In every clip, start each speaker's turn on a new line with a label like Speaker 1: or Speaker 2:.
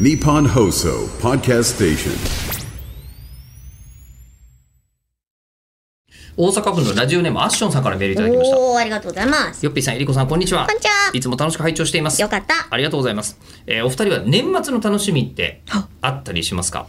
Speaker 1: Nippon Hoso Podcast Station.
Speaker 2: 大阪府のラジオネームアッションさんからメールいただきました
Speaker 3: おおーありがとうございます
Speaker 2: よっぴーさんえりこさんこんにちは
Speaker 3: こんにちはい
Speaker 2: つも楽しく拝聴しています
Speaker 3: よかった
Speaker 2: ありがとうございます、えーお二人は年末の楽しみってあったりしますか、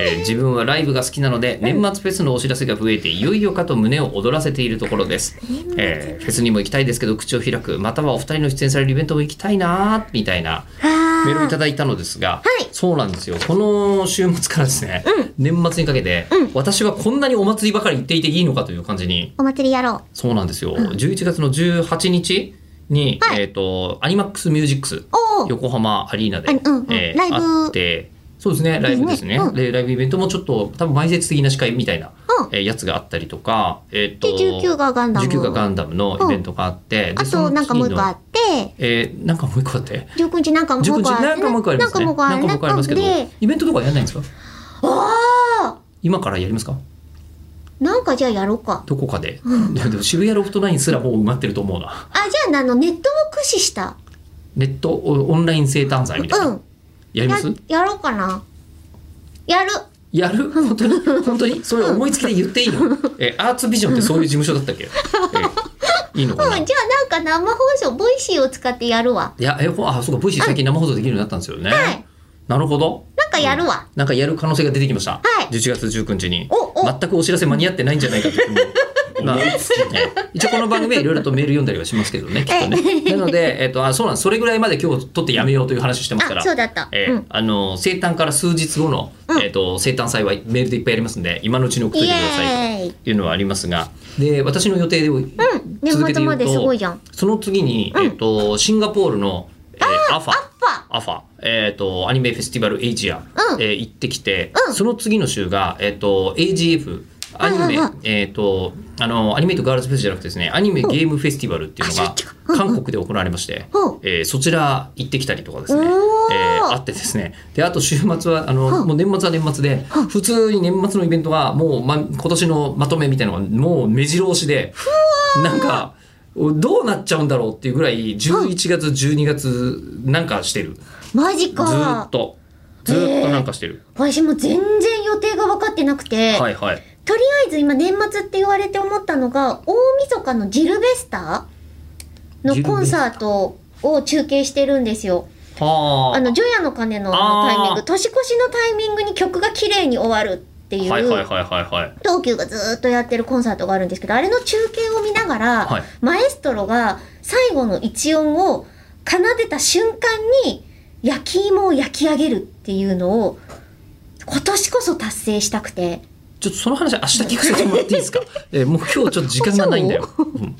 Speaker 2: えー自分はライブが好きなので年末フェスのお知らせが増えていよいよかと胸を躍らせているところです、えーフェスにも行きたいですけど口を開くまたはお二人の出演されるイベントも行きたいなーみたいな
Speaker 3: あ
Speaker 2: メールをいただいたのですが、
Speaker 3: はい
Speaker 2: そうなんですよこの週末からですね、年末にかけて、私はこんなにお祭りばかり行っていていいのかという感じに
Speaker 3: お祭りやろ
Speaker 2: そうなんですよ。11月の18日に、えっ、と、アニマックスミュージックス
Speaker 3: う、おお
Speaker 2: 横浜アリーナで、
Speaker 3: あうんうん
Speaker 2: えー
Speaker 3: ライブ
Speaker 2: あって、そうですね、ライブですね。
Speaker 3: ですねうん
Speaker 2: でライブイベントもちょっと、多分埋設的な司会みたいな、
Speaker 3: うん
Speaker 2: えーやつがあったりとか、えっ、と、
Speaker 3: で19がガンダム
Speaker 2: 19がガンダムのイベントがあって、で
Speaker 3: あ
Speaker 2: その
Speaker 3: となんかもう一個あ
Speaker 2: 次の
Speaker 3: って
Speaker 2: えーなんかもう一個あって。
Speaker 3: 19日なんかもう一
Speaker 2: 19
Speaker 3: 個
Speaker 2: 時
Speaker 3: あって
Speaker 2: なんかもう一個ありますね。
Speaker 3: なんかもう一個あ
Speaker 2: なんかもう一個ありますけど
Speaker 3: で、
Speaker 2: イベントとかやらないんですか
Speaker 3: あ
Speaker 2: 今からやりますか
Speaker 3: ーなんかじゃあやろうか
Speaker 2: どこかで。いやでも渋谷ロフトナインすらもう埋まってると思うな。
Speaker 3: あじゃああのネットを駆使した
Speaker 2: ネットオンライン生誕祭みたいな。
Speaker 3: うん
Speaker 2: やりま
Speaker 3: や
Speaker 2: す
Speaker 3: やろうかなやる
Speaker 2: やる本当に本当にそれ思いつきで言っていい のえアーツビジョンってそういう事務所だったっけえいいの
Speaker 3: う
Speaker 2: かなん
Speaker 3: じゃあなんか生放送ボイシーを使ってやるわ
Speaker 2: いやえほあそうか VC 最近生放送できるようになったんですよね、
Speaker 3: はい
Speaker 2: なるほど
Speaker 3: なんかやるわ
Speaker 2: なんかやる可能性が出てきました、
Speaker 3: はい
Speaker 2: 11月19日に
Speaker 3: おお
Speaker 2: 全くお知らせ間に合ってないんじゃない かと思うまあ、え一応この番組はいろいろとメール読んだりはしますけど ねきっとねなので、えっと、あそうなんですそれぐらいまで今日取ってやめようという話をしてますから
Speaker 3: あそうだった
Speaker 2: えー
Speaker 3: うん
Speaker 2: あの生誕から数日後の、えっと生誕祭はメールでいっぱいやりますんで今のうちに送っといてくださ
Speaker 3: イエー
Speaker 2: い
Speaker 3: イ
Speaker 2: というのはありますがで私の予定で、
Speaker 3: 年
Speaker 2: 続けて
Speaker 3: 末
Speaker 2: 言
Speaker 3: ま
Speaker 2: う
Speaker 3: ですごいじゃ
Speaker 2: と
Speaker 3: ん
Speaker 2: その次に、えっとシンガポールの、えーアファ
Speaker 3: ア
Speaker 2: アファ、えっとアニメフェスティバルエイジア、
Speaker 3: うん
Speaker 2: えー行ってきて、
Speaker 3: うん
Speaker 2: その次の週が、えっと AGF アニメ、
Speaker 3: うんうんうん
Speaker 2: えっ、とあのアニメとガールズフェスじゃなくてですねアニメゲームフェスティバルっていうの
Speaker 3: あ
Speaker 2: が
Speaker 3: そっちか
Speaker 2: 韓国で行われまして、
Speaker 3: うん
Speaker 2: えーそちら行ってきたりとかですね、
Speaker 3: おー
Speaker 2: えーあってですねであと週末はあの、もう年末は年末で、普通に年末のイベントがもう、ま、今年のまとめみたいなのがもう目白押しでなんかどうなっちゃうんだろうっていうぐらい11月12月なんかしてる。
Speaker 3: マジ
Speaker 2: ずー
Speaker 3: か
Speaker 2: っとずーっとなんかしてる、
Speaker 3: 私も全然予定が分かってなくて、
Speaker 2: はいはい
Speaker 3: とりあえず今年末って言われて思ったのが大晦日のジルベスターのコンサートを中継してるんですよ。
Speaker 2: は
Speaker 3: あの、除夜の鐘のあのタイミン
Speaker 2: あ
Speaker 3: グ、
Speaker 2: ー
Speaker 3: 年越しのタイミングに曲が綺麗に終わるってい、
Speaker 2: はいはいうはいはいはい
Speaker 3: 東急がずーっとやってるコンサートがあるんですけど、あれの中継を見ながら、
Speaker 2: はい
Speaker 3: マエストロが最後の一音を奏でた瞬間に焼き芋を焼き上げるっていうのを、今年こそ達成したくて。
Speaker 2: ちょっとその話明日聞かせてもらっていいですかえーもう今日ちょっと時間がないんだよ、うん